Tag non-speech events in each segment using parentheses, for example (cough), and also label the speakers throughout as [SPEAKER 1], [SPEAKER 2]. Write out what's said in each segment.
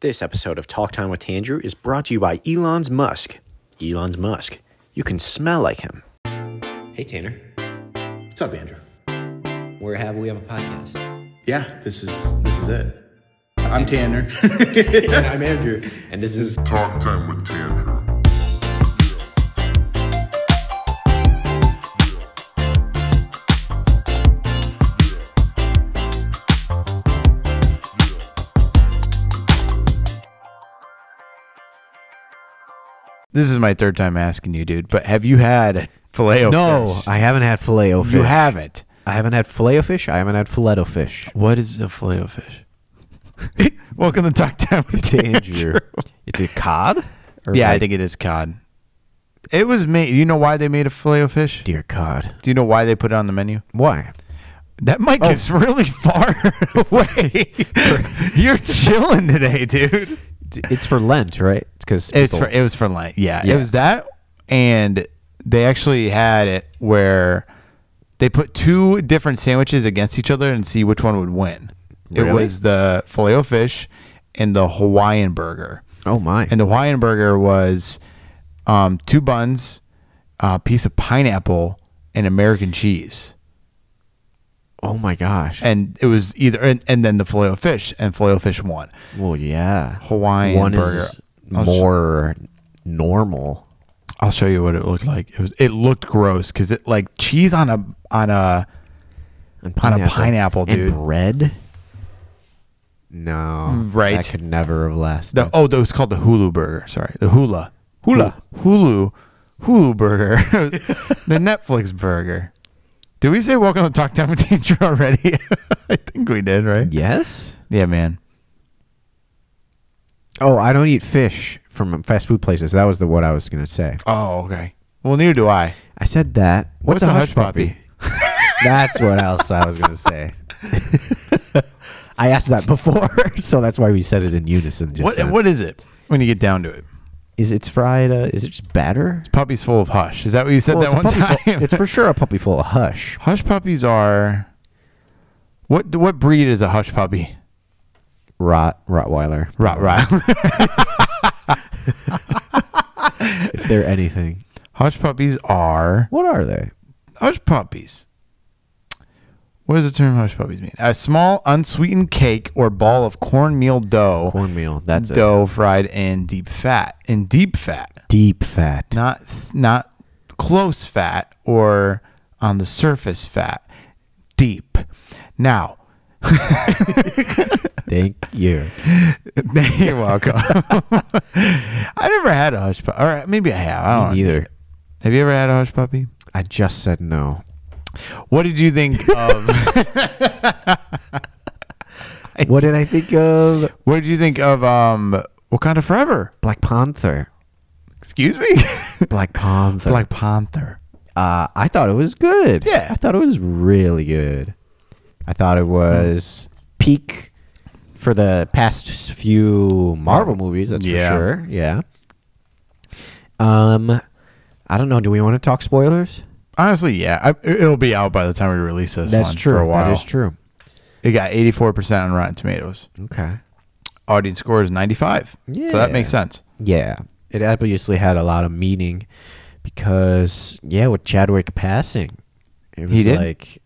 [SPEAKER 1] This episode of Talk Time with Tandrew is brought to you by Elon's Musk. Elon's Musk. You can smell like him. Hey Tanner,
[SPEAKER 2] What's up, Andrew?
[SPEAKER 1] where have we have a podcast?
[SPEAKER 2] Yeah, this is this is it. I'm
[SPEAKER 1] (laughs)
[SPEAKER 2] Tanner.
[SPEAKER 1] I'm Andrew, and this is
[SPEAKER 3] Talk Time with Tandra.
[SPEAKER 4] This is my third time asking you, dude. But have you had filet?
[SPEAKER 5] No, I haven't had filet o fish.
[SPEAKER 4] you haven't.
[SPEAKER 5] I haven't had filet o fish. I haven't had filet o fish.
[SPEAKER 6] What is a filet o fish?
[SPEAKER 4] Welcome to Talk Time with
[SPEAKER 5] It's (laughs) Andrew.
[SPEAKER 4] Andrew.
[SPEAKER 5] It's a cod. Or
[SPEAKER 4] Yeah, I
[SPEAKER 5] like
[SPEAKER 4] think it is cod. It was made. You know why they made a filet o fish?
[SPEAKER 5] dear cod.
[SPEAKER 4] Do you know why they put it on the menu? (laughs) Oh.
[SPEAKER 5] Why?
[SPEAKER 4] That mic is really (laughs) far away. You're chilling today, dude.
[SPEAKER 5] It's for Lent, right? It's because
[SPEAKER 4] It's for it was for Lent. Yeah,
[SPEAKER 5] Yeah.
[SPEAKER 4] it was that, and they actually had it where they put two different sandwiches against each other and see which one would win. It
[SPEAKER 5] Really?
[SPEAKER 4] was the filet o fish and the Hawaiian burger.
[SPEAKER 5] oh my.
[SPEAKER 4] And the Hawaiian burger was um, two buns, a piece of pineapple, and American cheese.
[SPEAKER 5] oh my gosh.
[SPEAKER 4] And it was either and, and then the filet o fish and filet o fish won.
[SPEAKER 5] well, yeah.
[SPEAKER 4] Hawaiian
[SPEAKER 5] One
[SPEAKER 4] burger. Oh,
[SPEAKER 5] is more normal.
[SPEAKER 4] I'll show you what it looked like. It was it looked gross because it like cheese on a on a
[SPEAKER 5] And
[SPEAKER 4] On a pineapple,
[SPEAKER 5] and
[SPEAKER 4] dude.
[SPEAKER 5] bread. No,
[SPEAKER 4] Right.
[SPEAKER 5] That could never have lasted.
[SPEAKER 4] the oh that was called the Hulu burger. Sorry, the Hula Hula Hulu
[SPEAKER 5] (laughs)
[SPEAKER 4] Hulu burger, the Netflix burger. Did we say welcome to Talk Time with Danger already? (laughs) I think we did, right?
[SPEAKER 5] Yes.
[SPEAKER 4] Yeah, man.
[SPEAKER 5] Oh, I don't eat fish from fast food places. That was the what I was gonna say.
[SPEAKER 4] Oh, okay. Well, neither do I.
[SPEAKER 5] I said that. What's, a, hush, puppy? That's what else I was gonna
[SPEAKER 4] (laughs)
[SPEAKER 5] say. I asked that before, (laughs) so that's why we said it in unison. Just
[SPEAKER 4] What
[SPEAKER 5] then.
[SPEAKER 4] what is it when you get down to it?
[SPEAKER 5] is it's fried? Uh, is it just batter?
[SPEAKER 4] Puppies full of hush. Is that what you said
[SPEAKER 5] Well,
[SPEAKER 4] that one
[SPEAKER 5] it's a puppy full-
[SPEAKER 4] time?
[SPEAKER 5] it's for sure a puppy full of hush.
[SPEAKER 4] (laughs) hush puppies are. What what breed is a hush puppy?
[SPEAKER 5] Rot Rottweiler. (laughs)
[SPEAKER 4] Rot rot.
[SPEAKER 5] If they're anything,
[SPEAKER 4] Hush puppies are
[SPEAKER 5] what are they?
[SPEAKER 4] hush puppies. What does the term hush puppies mean? A small unsweetened cake or ball of cornmeal dough,
[SPEAKER 5] Cornmeal. That's a
[SPEAKER 4] dough fried in deep fat, in deep fat,
[SPEAKER 5] deep fat.
[SPEAKER 4] not not close fat or on the surface fat, deep. Now, (laughs)
[SPEAKER 5] Thank you.
[SPEAKER 4] you're welcome. (laughs) I never had a hush puppy, or maybe I have. I don't
[SPEAKER 5] Neither.
[SPEAKER 4] Have you ever had a hush puppy?
[SPEAKER 5] I just said no.
[SPEAKER 4] What did you think of?
[SPEAKER 5] What did I think of
[SPEAKER 4] What did you think of um Wakanda Forever?
[SPEAKER 5] Black Panther?
[SPEAKER 4] Excuse me? (laughs)
[SPEAKER 5] Black Panther.
[SPEAKER 4] Black Panther.
[SPEAKER 5] Uh, I thought it was good.
[SPEAKER 4] Yeah.
[SPEAKER 5] I thought it was really good. I thought it was peak for the past few Marvel movies. That's
[SPEAKER 4] Yeah.
[SPEAKER 5] for sure. Yeah. Um, I don't know. Do we want to talk spoilers?
[SPEAKER 4] Honestly, yeah, I, it'll be out by the time we release this. one For a while,
[SPEAKER 5] That is true.
[SPEAKER 4] It got eighty four percent on Rotten Tomatoes.
[SPEAKER 5] Okay.
[SPEAKER 4] Audience score is ninety five. So that
[SPEAKER 5] Yeah.
[SPEAKER 4] makes sense.
[SPEAKER 5] Yeah. It obviously had a lot of meaning because yeah, with Chadwick passing, it was
[SPEAKER 4] He did?
[SPEAKER 5] like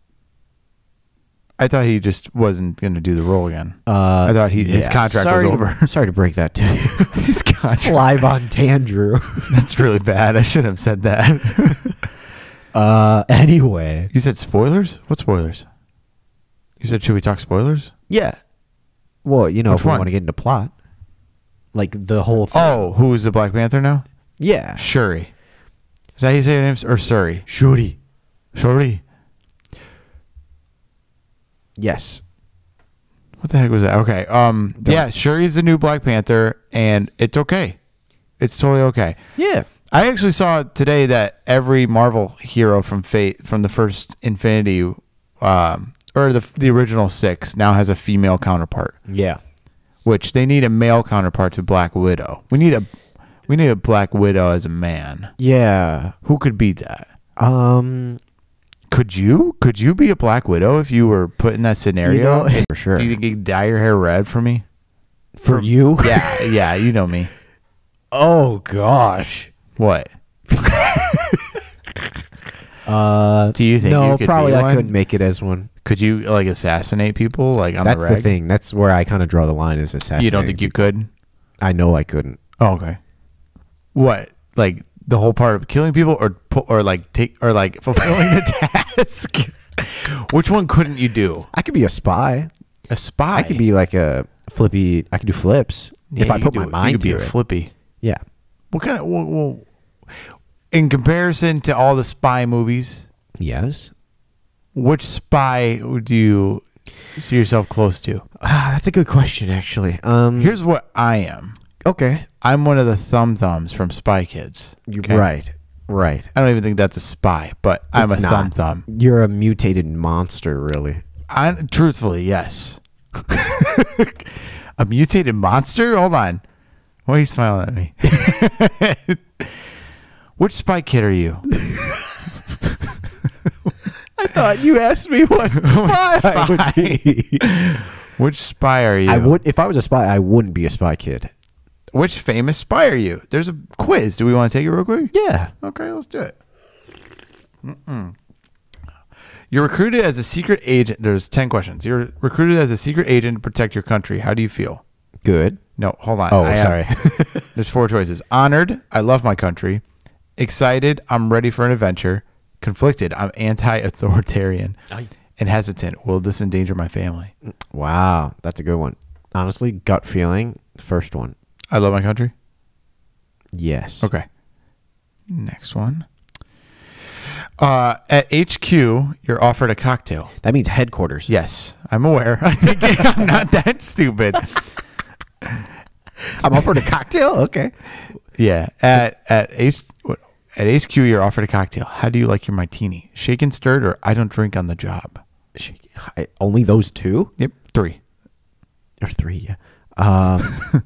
[SPEAKER 4] I thought he just wasn't going to do the role again.
[SPEAKER 5] uh,
[SPEAKER 4] I thought he his
[SPEAKER 5] yeah.
[SPEAKER 4] contract was
[SPEAKER 5] Sorry to- (laughs)
[SPEAKER 4] over. (laughs)
[SPEAKER 5] sorry to break that to you.
[SPEAKER 4] his
[SPEAKER 5] (laughs)
[SPEAKER 4] contract.
[SPEAKER 5] Live on Tandrew.
[SPEAKER 4] That's really bad. I should have
[SPEAKER 5] (laughs)
[SPEAKER 4] said that.
[SPEAKER 5] Uh, anyway.
[SPEAKER 4] you said spoilers. What spoilers? You said should we talk spoilers?
[SPEAKER 5] Yeah. Well, you know,
[SPEAKER 4] Which
[SPEAKER 5] if we
[SPEAKER 4] one?
[SPEAKER 5] want to get into plot, like the whole thing.
[SPEAKER 4] Oh, who is the Black Panther now?
[SPEAKER 5] yeah.
[SPEAKER 4] Shuri. Is that how you say your name? Or Suri?
[SPEAKER 5] Shuri.
[SPEAKER 4] Shuri.
[SPEAKER 5] Yes.
[SPEAKER 4] What the heck was that? Okay. Um. Yeah, Shuri's the new Black Panther, and it's okay. It's totally okay.
[SPEAKER 5] Yeah.
[SPEAKER 4] I actually saw today that every Marvel hero from Fate from the first Infinity, um, or the the original six now has a female counterpart,
[SPEAKER 5] Yeah.
[SPEAKER 4] which they need a male counterpart to Black Widow. We need a we need a Black Widow as a man.
[SPEAKER 5] Yeah.
[SPEAKER 4] Who could be that?
[SPEAKER 5] Um.
[SPEAKER 4] Could you? Could you be a Black Widow if you were put in that scenario?
[SPEAKER 5] You know, (laughs) for sure. (laughs)
[SPEAKER 4] Do you think you'd dye your hair red for me?
[SPEAKER 1] for you.
[SPEAKER 4] yeah, yeah, you know me.
[SPEAKER 1] Oh gosh.
[SPEAKER 4] What?
[SPEAKER 1] Uh,
[SPEAKER 4] Do you think
[SPEAKER 1] no,
[SPEAKER 4] you could
[SPEAKER 1] probably
[SPEAKER 4] be
[SPEAKER 1] I
[SPEAKER 4] one?
[SPEAKER 1] couldn't make it as one.
[SPEAKER 4] Could you like assassinate people like on
[SPEAKER 1] That's
[SPEAKER 4] the
[SPEAKER 1] the,
[SPEAKER 4] reg?
[SPEAKER 1] thing. That's where I kind of draw the line as assassin.
[SPEAKER 4] You don't think you could?
[SPEAKER 1] I know I couldn't.
[SPEAKER 4] Oh, okay. What? Like the whole part of killing people or pu- or like take or like fulfilling
[SPEAKER 1] (laughs)
[SPEAKER 4] the task? Which one couldn't you do?
[SPEAKER 1] I could be a spy.
[SPEAKER 4] A spy.
[SPEAKER 1] I could be like a flippy. I could do flips if I put my mind
[SPEAKER 4] you could
[SPEAKER 1] to
[SPEAKER 4] be a
[SPEAKER 1] it.
[SPEAKER 4] flippy.
[SPEAKER 1] yeah.
[SPEAKER 4] What kind of well, well, in comparison to all the spy movies,
[SPEAKER 1] Yes.
[SPEAKER 4] which spy do you see yourself close to?
[SPEAKER 1] Ah, that's a good question, actually. Um.
[SPEAKER 4] Here's what I am.
[SPEAKER 1] okay.
[SPEAKER 4] I'm one of the thumb thumbs from Spy Kids.
[SPEAKER 1] You're
[SPEAKER 4] okay?
[SPEAKER 1] right. Right.
[SPEAKER 4] I don't even think that's a spy, but I'm
[SPEAKER 1] It's
[SPEAKER 4] a
[SPEAKER 1] not.
[SPEAKER 4] thumb thumb.
[SPEAKER 1] You're a mutated monster, really.
[SPEAKER 4] I, truthfully, yes. (laughs) a mutated monster? Hold on. Why are you smiling at me? (laughs) Which spy kid are you?
[SPEAKER 1] I thought you asked me (laughs) what spy, I would be.
[SPEAKER 4] Which spy are you?
[SPEAKER 1] I would if I was a spy, I wouldn't be a spy kid.
[SPEAKER 4] Which famous spy are you? There's a quiz. Do we want to take it real quick?
[SPEAKER 1] Yeah.
[SPEAKER 4] Okay, let's do it. Mm-mm. You're recruited as a secret agent. There's 10 questions. You're recruited as a secret agent to protect your country. How do you feel?
[SPEAKER 1] Good.
[SPEAKER 4] No, hold on.
[SPEAKER 1] Oh,
[SPEAKER 4] I have-
[SPEAKER 1] sorry.
[SPEAKER 4] (laughs) There's four choices. Honored, I love my country. Excited, I'm ready for an adventure. Conflicted, I'm anti-authoritarian. And hesitant, will this endanger my family?
[SPEAKER 1] wow, that's a good one. Honestly, gut feeling, the first one.
[SPEAKER 4] I love my country.
[SPEAKER 1] Yes.
[SPEAKER 4] Okay. Next one. Uh, at HQ, you're offered a cocktail.
[SPEAKER 1] That means headquarters.
[SPEAKER 4] Yes, I'm aware. (laughs) I think I'm not that stupid.
[SPEAKER 1] I'm offered a cocktail. Okay.
[SPEAKER 4] Yeah. At at H, what- at HQ, you're offered a cocktail. How do you like your martini? Shake and stirred, or I don't drink on the job.
[SPEAKER 1] Sh- I- only those two
[SPEAKER 4] Yep. Three.
[SPEAKER 1] or three? Yeah.
[SPEAKER 4] (laughs)
[SPEAKER 1] Um,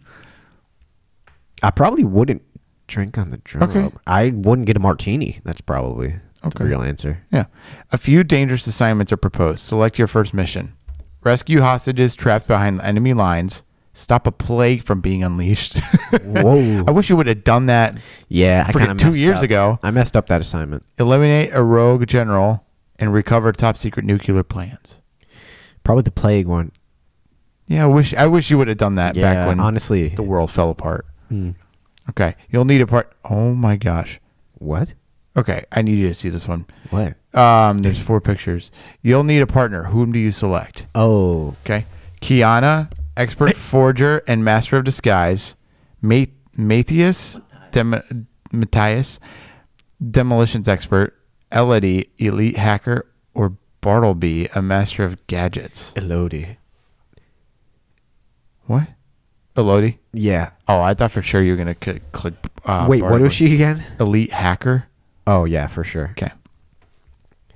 [SPEAKER 1] I probably wouldn't drink on the job.
[SPEAKER 4] Okay.
[SPEAKER 1] I wouldn't get a martini. That's probably
[SPEAKER 4] Okay.
[SPEAKER 1] the real answer.
[SPEAKER 4] Yeah. A few dangerous assignments are proposed. Select your first mission. Rescue hostages trapped behind the enemy lines. Stop a plague from being unleashed. (laughs)
[SPEAKER 1] Whoa.
[SPEAKER 4] I wish you would have done that.
[SPEAKER 1] yeah. I
[SPEAKER 4] Freaking
[SPEAKER 1] kinda
[SPEAKER 4] two
[SPEAKER 1] messed
[SPEAKER 4] years
[SPEAKER 1] up.
[SPEAKER 4] ago.
[SPEAKER 1] I messed up that assignment.
[SPEAKER 4] Eliminate a rogue general and recover top secret nuclear plans.
[SPEAKER 1] Probably the plague one.
[SPEAKER 4] Yeah, I wish I wish you would have done that
[SPEAKER 1] Yeah,
[SPEAKER 4] back when
[SPEAKER 1] honestly.
[SPEAKER 4] the world fell apart.
[SPEAKER 1] Hmm.
[SPEAKER 4] Okay. You'll need a part Oh my gosh.
[SPEAKER 1] What?
[SPEAKER 4] Okay, I need you to see this one.
[SPEAKER 1] What?
[SPEAKER 4] Um, there's four pictures. You'll need a partner. Whom do you select?
[SPEAKER 1] Oh,
[SPEAKER 4] Okay. Kiana,
[SPEAKER 1] (laughs)
[SPEAKER 4] expert forger and master of disguise. Ma- Matthias, Dem- Matthias, demolitions expert. Elodie, elite hacker. Or Bartleby, a master of gadgets.
[SPEAKER 1] Elodie.
[SPEAKER 4] What? Elodie?
[SPEAKER 1] Yeah.
[SPEAKER 4] Oh, I thought for sure you were going to click. click uh,
[SPEAKER 1] Wait, what
[SPEAKER 4] Bartleby.
[SPEAKER 1] was she again?
[SPEAKER 4] Elite hacker.
[SPEAKER 1] Oh yeah, for sure.
[SPEAKER 4] Okay.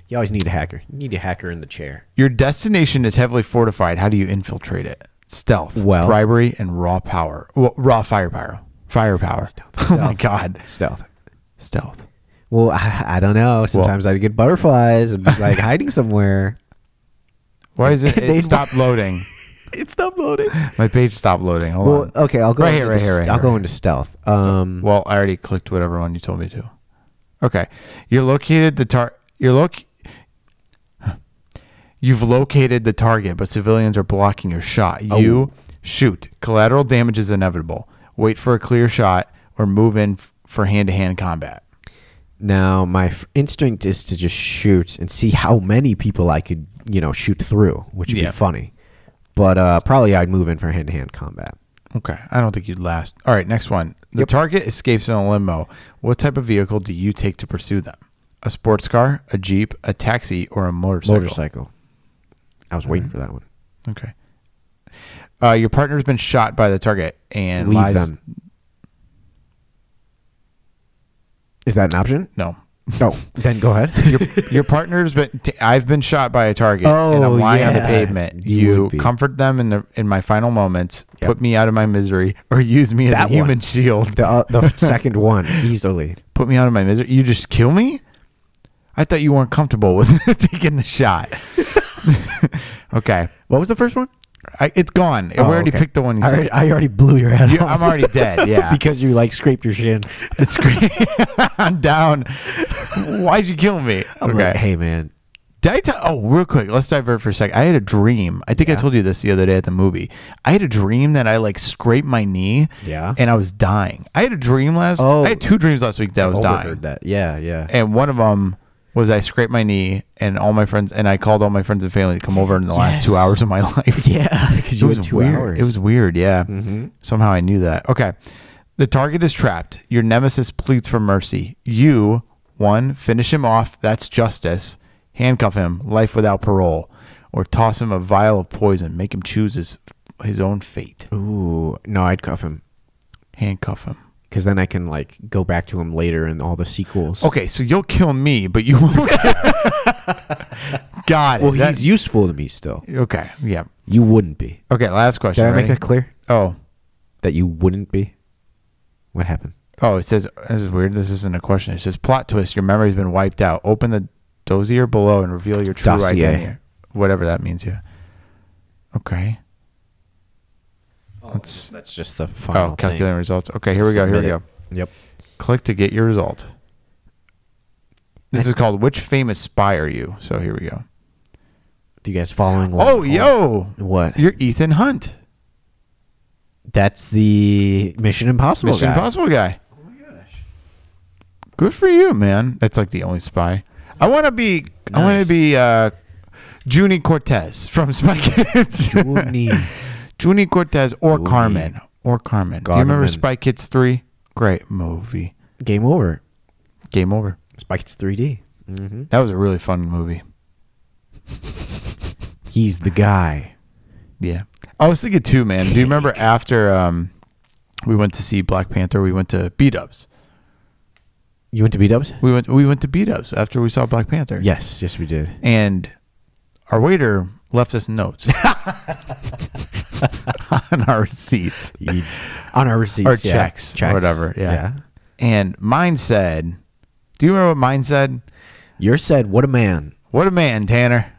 [SPEAKER 1] You always need a hacker. You need a hacker in the chair.
[SPEAKER 4] Your destination is heavily fortified. How do you infiltrate it? Stealth,
[SPEAKER 1] Well-
[SPEAKER 4] bribery, and raw power. Well, raw firepower. Firepower. (laughs) Oh my God.
[SPEAKER 1] Stealth.
[SPEAKER 4] Stealth.
[SPEAKER 1] Well, I, I don't know. Sometimes I'd get butterflies and be (laughs) like hiding somewhere.
[SPEAKER 4] Why
[SPEAKER 1] (laughs)
[SPEAKER 4] is it?
[SPEAKER 1] They'd-
[SPEAKER 4] It stopped loading.
[SPEAKER 1] (laughs) It's not loading.
[SPEAKER 4] My page stopped loading. Hold
[SPEAKER 1] Well,
[SPEAKER 4] on.
[SPEAKER 1] okay, I'll go
[SPEAKER 4] Right
[SPEAKER 1] into
[SPEAKER 4] here, right here,
[SPEAKER 1] s-
[SPEAKER 4] right
[SPEAKER 1] I'll
[SPEAKER 4] here,
[SPEAKER 1] go
[SPEAKER 4] right
[SPEAKER 1] into stealth. Um,
[SPEAKER 4] Well, I already clicked whatever one you told me to. Okay, you're located the tar. You're loc. You've located the target, but civilians are blocking your shot. You shoot. Collateral damage is inevitable. Wait for a clear shot or move in f- for hand-to-hand combat.
[SPEAKER 1] now my f- instinct is to just shoot and see how many people I could, you know, shoot through, which would
[SPEAKER 4] Yeah.
[SPEAKER 1] be funny. But uh, probably I'd move in for hand-to-hand combat.
[SPEAKER 4] Okay, I don't think you'd last. All right, next one. The target escapes in a limo. What type of vehicle do you take to pursue them? A sports car, a jeep, a taxi, or a motorcycle?
[SPEAKER 1] Motorcycle. I was waiting for that one.
[SPEAKER 4] Okay. Uh, your partner's been shot by the target and
[SPEAKER 1] Leave
[SPEAKER 4] lies.
[SPEAKER 1] them. Is that an option?
[SPEAKER 4] No.
[SPEAKER 1] No. then go ahead.
[SPEAKER 4] Your, your partner's been. T- I've been shot by a target, and
[SPEAKER 1] Oh,
[SPEAKER 4] I'm lying on the
[SPEAKER 1] yeah.
[SPEAKER 4] pavement.
[SPEAKER 1] You
[SPEAKER 4] You,
[SPEAKER 1] would be.
[SPEAKER 4] comfort them in the in my final moments.
[SPEAKER 1] Yep.
[SPEAKER 4] Put me out of my misery, or use me as
[SPEAKER 1] That
[SPEAKER 4] a human
[SPEAKER 1] one.
[SPEAKER 4] shield.
[SPEAKER 1] (laughs) The, uh, the second one easily.
[SPEAKER 4] Put me out of my misery. You just kill me. I thought (laughs) you weren't comfortable with taking the shot. okay.
[SPEAKER 1] What was the first one?
[SPEAKER 4] I, it's gone.
[SPEAKER 1] Oh,
[SPEAKER 4] we already
[SPEAKER 1] okay.
[SPEAKER 4] picked the one you
[SPEAKER 1] I
[SPEAKER 4] said.
[SPEAKER 1] already, I already blew your head
[SPEAKER 4] You-
[SPEAKER 1] off.
[SPEAKER 4] I'm already
[SPEAKER 1] (laughs)
[SPEAKER 4] dead. Yeah.
[SPEAKER 1] because you like scraped your shin.
[SPEAKER 4] it's great. (laughs) I'm down. Why'd you kill me?
[SPEAKER 1] I'm like, hey man,
[SPEAKER 4] Did I tell? Oh, real quick, let's divert for a sec. I had a dream. I think I told you this the other day at the movie. I had a dream that I like scraped my knee.
[SPEAKER 1] Yeah.
[SPEAKER 4] And I was dying. I had a dream last.
[SPEAKER 1] Oh.
[SPEAKER 4] I had two dreams last week that I was dying.
[SPEAKER 1] overheard that. Yeah, yeah.
[SPEAKER 4] And one of them was I scraped my knee, and all my friends and I called all my friends and family to come over in the last two
[SPEAKER 1] Yes.
[SPEAKER 4] hours of my (laughs) life.
[SPEAKER 1] Yeah, because you
[SPEAKER 4] it was
[SPEAKER 1] had two
[SPEAKER 4] weird.
[SPEAKER 1] hours. Mm-hmm.
[SPEAKER 4] It was weird. Yeah. Somehow I knew that. Okay. The target is trapped. Your nemesis pleads for mercy. You one finish him off. That's justice. Handcuff him. Life without parole, or toss him a vial of poison. Make him choose his his own fate.
[SPEAKER 1] Ooh, no, I'd cuff him
[SPEAKER 4] Handcuff him.
[SPEAKER 1] because then I can like go back to him later in all the sequels.
[SPEAKER 4] Okay, so you'll kill me, but you (laughs) won't. God.
[SPEAKER 1] well, he's useful to me still.
[SPEAKER 4] okay. Yeah.
[SPEAKER 1] You wouldn't be.
[SPEAKER 4] Okay. Last question.
[SPEAKER 1] Did I make
[SPEAKER 4] ready?
[SPEAKER 1] that clear?
[SPEAKER 4] oh.
[SPEAKER 1] That you wouldn't be. What happened?
[SPEAKER 4] Oh, it says this is weird. This isn't a question. It says plot twist. Your memory's been wiped out. Open the dossier below and reveal your true
[SPEAKER 1] Dossier.
[SPEAKER 4] identity. Whatever that means. Yeah. Okay. Let's
[SPEAKER 1] That's just Oh, the final.
[SPEAKER 4] oh calculating results. Okay, here we go. Here we go.
[SPEAKER 1] Yep.
[SPEAKER 4] Click to get your result. This is called which famous spy are you? So here we go.
[SPEAKER 1] You guys following? along?
[SPEAKER 4] Oh yo,
[SPEAKER 1] What?
[SPEAKER 4] you're Ethan Hunt,
[SPEAKER 1] That's the Mission Impossible.
[SPEAKER 4] Mission
[SPEAKER 1] guy.
[SPEAKER 4] Impossible guy. Oh my gosh. Good for you, man. That's like the only spy. I want to be. I want
[SPEAKER 1] Nice.
[SPEAKER 4] to be. uh Junie Cortez from (laughs) Spy Kids.
[SPEAKER 1] Rooney.
[SPEAKER 4] Junie Cortez or Carmen. Or Carmen. Do you remember
[SPEAKER 1] Carmen.
[SPEAKER 4] Spy Kids 3? Great movie.
[SPEAKER 1] (laughs) Game over.
[SPEAKER 4] Game over.
[SPEAKER 1] Spike, it's 3D.
[SPEAKER 4] That was a really fun movie.
[SPEAKER 1] He's the guy.
[SPEAKER 4] Yeah. I was thinking too, man. Do you remember after um, we went to see Black Panther, we went to beat ups.
[SPEAKER 1] You went to B Dubs?
[SPEAKER 4] We went we went to beat ups after we saw Black Panther.
[SPEAKER 1] Yes, yes, we did.
[SPEAKER 4] And our waiter left us
[SPEAKER 1] (laughs)
[SPEAKER 4] notes on our receipts. (laughs)
[SPEAKER 1] on our receipts
[SPEAKER 4] or
[SPEAKER 1] yeah.
[SPEAKER 4] checks, or whatever. Yeah.
[SPEAKER 1] yeah.
[SPEAKER 4] And mine said, "Do you remember what mine said?
[SPEAKER 1] Yours said, "What a man."
[SPEAKER 4] What a man, Tanner."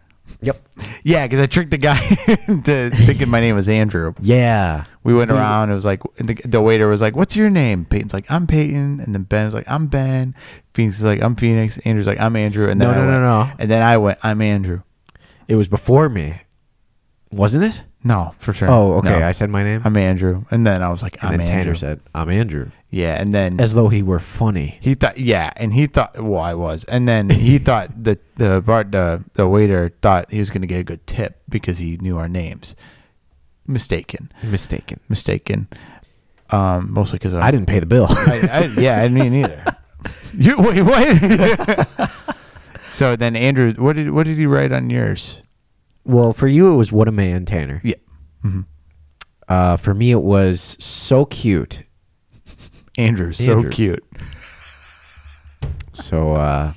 [SPEAKER 1] Yep.
[SPEAKER 4] Yeah, because I tricked the guy (laughs) into thinking my name was Andrew.
[SPEAKER 1] Yeah.
[SPEAKER 4] We went around. It was like and the, the waiter was like, "What's your name?" Peyton's like, "I'm Peyton," and then Ben was like, "I'm Ben." Phoenix is like, "I'm Phoenix." Andrew's like, "I'm Andrew." And then
[SPEAKER 1] No,
[SPEAKER 4] I
[SPEAKER 1] no,
[SPEAKER 4] went,
[SPEAKER 1] no, no.
[SPEAKER 4] And then I went, "I'm Andrew."
[SPEAKER 1] It was before me, wasn't it?
[SPEAKER 4] No, for sure.
[SPEAKER 1] Oh, okay.
[SPEAKER 4] No.
[SPEAKER 1] I said my name,
[SPEAKER 4] I'm Andrew, and then I was like,
[SPEAKER 1] and
[SPEAKER 4] "I'm
[SPEAKER 1] then
[SPEAKER 4] Andrew." Mm-hmm.
[SPEAKER 1] Tanner said, "I'm Andrew,"
[SPEAKER 4] yeah, and then
[SPEAKER 1] as though he were funny.
[SPEAKER 4] He thought, yeah, and he thought, well, I was, and
[SPEAKER 1] (laughs)
[SPEAKER 4] then he thought the the part the the waiter thought he was gonna get a good tip because he knew our names. Mistaken,
[SPEAKER 1] Mistaken.
[SPEAKER 4] mistaken. Um, mostly because
[SPEAKER 1] I didn't pay the bill. (laughs)
[SPEAKER 4] I, (laughs) I, yeah, I didn't either. You wait, what?
[SPEAKER 1] (laughs)
[SPEAKER 4] so then Andrew, what did what did he write on yours?
[SPEAKER 1] well, for you it was "What a man," Tanner.
[SPEAKER 4] Yeah,
[SPEAKER 1] Uh, for me it was so cute.
[SPEAKER 4] Andrew, so
[SPEAKER 1] Andrew.
[SPEAKER 4] cute.
[SPEAKER 1] So uh,